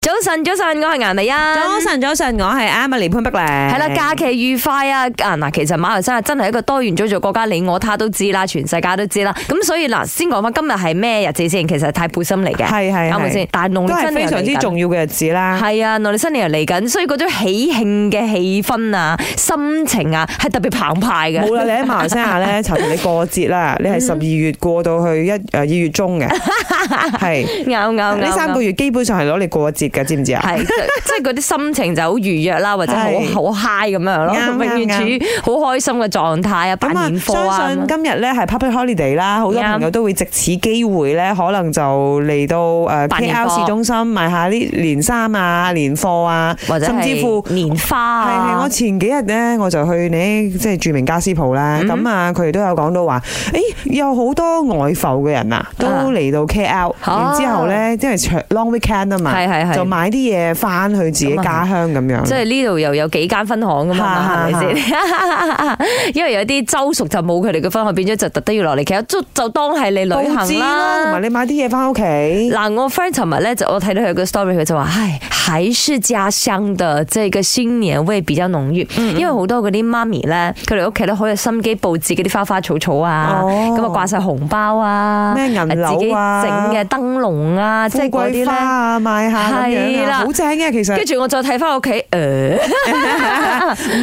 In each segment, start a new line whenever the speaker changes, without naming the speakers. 早晨，早晨，我係顏美欣。
早晨，早晨，我係 Emily 潘碧玲。係
嗯係啦，假期愉快啊！啊嗱，其實馬來西亞真係一個多元種族國家，你我他都知啦，全世界都知啦。咁所以嗱，先講翻今日係咩日子先？其實係太背心嚟嘅，
係係
啱唔啱先？但係農曆
都係
新
非
年又
常之
嚟緊
重要嘅日子啦。
係啊，農曆新年又嚟緊，所以嗰種喜慶嘅氣氛啊、心情啊，係特別澎湃嘅。
冇啦，你喺馬來西 亞咧，尋日你過節啦，你
嗯
係十二月過到去一誒呃二月中 嘅，係
啱啱
呢三個月基本上係攞嚟過節嘅，知唔知啊？
係， 即係嗰啲心情就好愉悅啦，或者好
係
好 high 咁樣咯，
啱啱
永遠處於好開心嘅狀態啊，辦
咁
年貨
啊，
啊
相
咁
信
樣。
今日咧係 Public Holiday 啦，好多
啱
朋友都會藉此機會咧，可能就嚟到誒
辦年
KL
貨
市中心買下啲年衫啊、年貨啊，
或者
甚至
係
乎
年花
係係，我
啊，
前幾日咧我就去你即係著名家私鋪啦，
嗯
咁啊佢哋都有講到話，誒有好多外埠嘅人啊，都
啊
嚟到 KL，
啊
然之後咧即係長 long weekend 啊嘛，
係係係啊
就買啲嘢翻去自己家鄉咁樣，
即係呢度又有幾間分行噶嘛，係
嚇
咪先？啊 因為有啲州屬就冇佢哋嘅分行，變咗就特登要落嚟，其實就就當係你旅
報紙
行
啦，
啦
同埋。你買啲嘢翻屋企。
嗱，我 friend 尋日咧就我睇到佢個 story，佢就話：，唉，還是家鄉的即個新年味比較濃郁，因為好多嗰啲媽咪咧，佢哋屋企咧好有心機佈置嗰啲花花草草啊，
哦
咁啊掛晒紅包啊，
咩銀
自己
柳啊
整嘅燈籠啊，即係
富
嗰啲
貴花
咧。
啊，賣下咁樣
係啦
啊，好正嘅其 實。
跟住我再睇翻屋企，呃誒、
唔係啦，因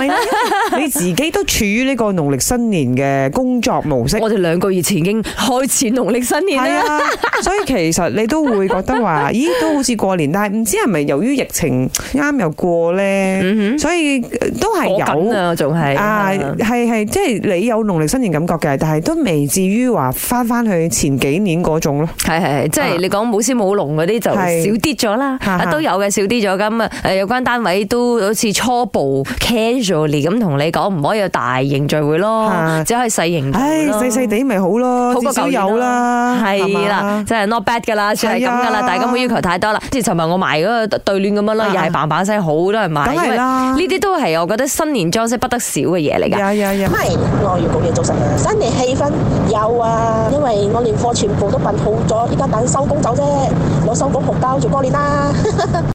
為你自己都處於呢個農曆新年嘅工作模式。
我哋兩個月前已經開始農曆新年
係
啦。
啊，所以其實你都會覺得 話，咦，都好似過年，但係唔知係咪由於疫情啱又過咧，所以都係
我嗯緊
有。
啊，仲係
啊，係係，即係你有農曆新年感覺嘅，但係都未至於話翻翻去前幾年嗰種咯。
係係係，即係你講舞獅舞龍嗰啲就少
啊係
啲咗啦，
哈哈
啊都有嘅少啲咗咁啊！誒有關單位都好似初步 casually 咁同你講，唔可以有大型聚會咯
啊，
只可以細型聚
唉
會，咯
細細地咪好咯，
好過
至少
舊年
有啦，
係
係
啦
嘛，
即係 not bad 噶啦，算係咁噶啦
係，啊
大家冇要求太多啦。即係尋日我買嗰個對聯咁樣啦，
啊
又係棒棒聲，好多人買，
梗
因
係
為
啦
呢啲都係我覺得新年裝飾不得少嘅嘢嚟㗎。
呀呀呀！
咪，我要講嘢早晨啊！新年氣氛有啊，因為我年貨全部都辦好咗，依家等收工走啫，我收工學交住過年啦。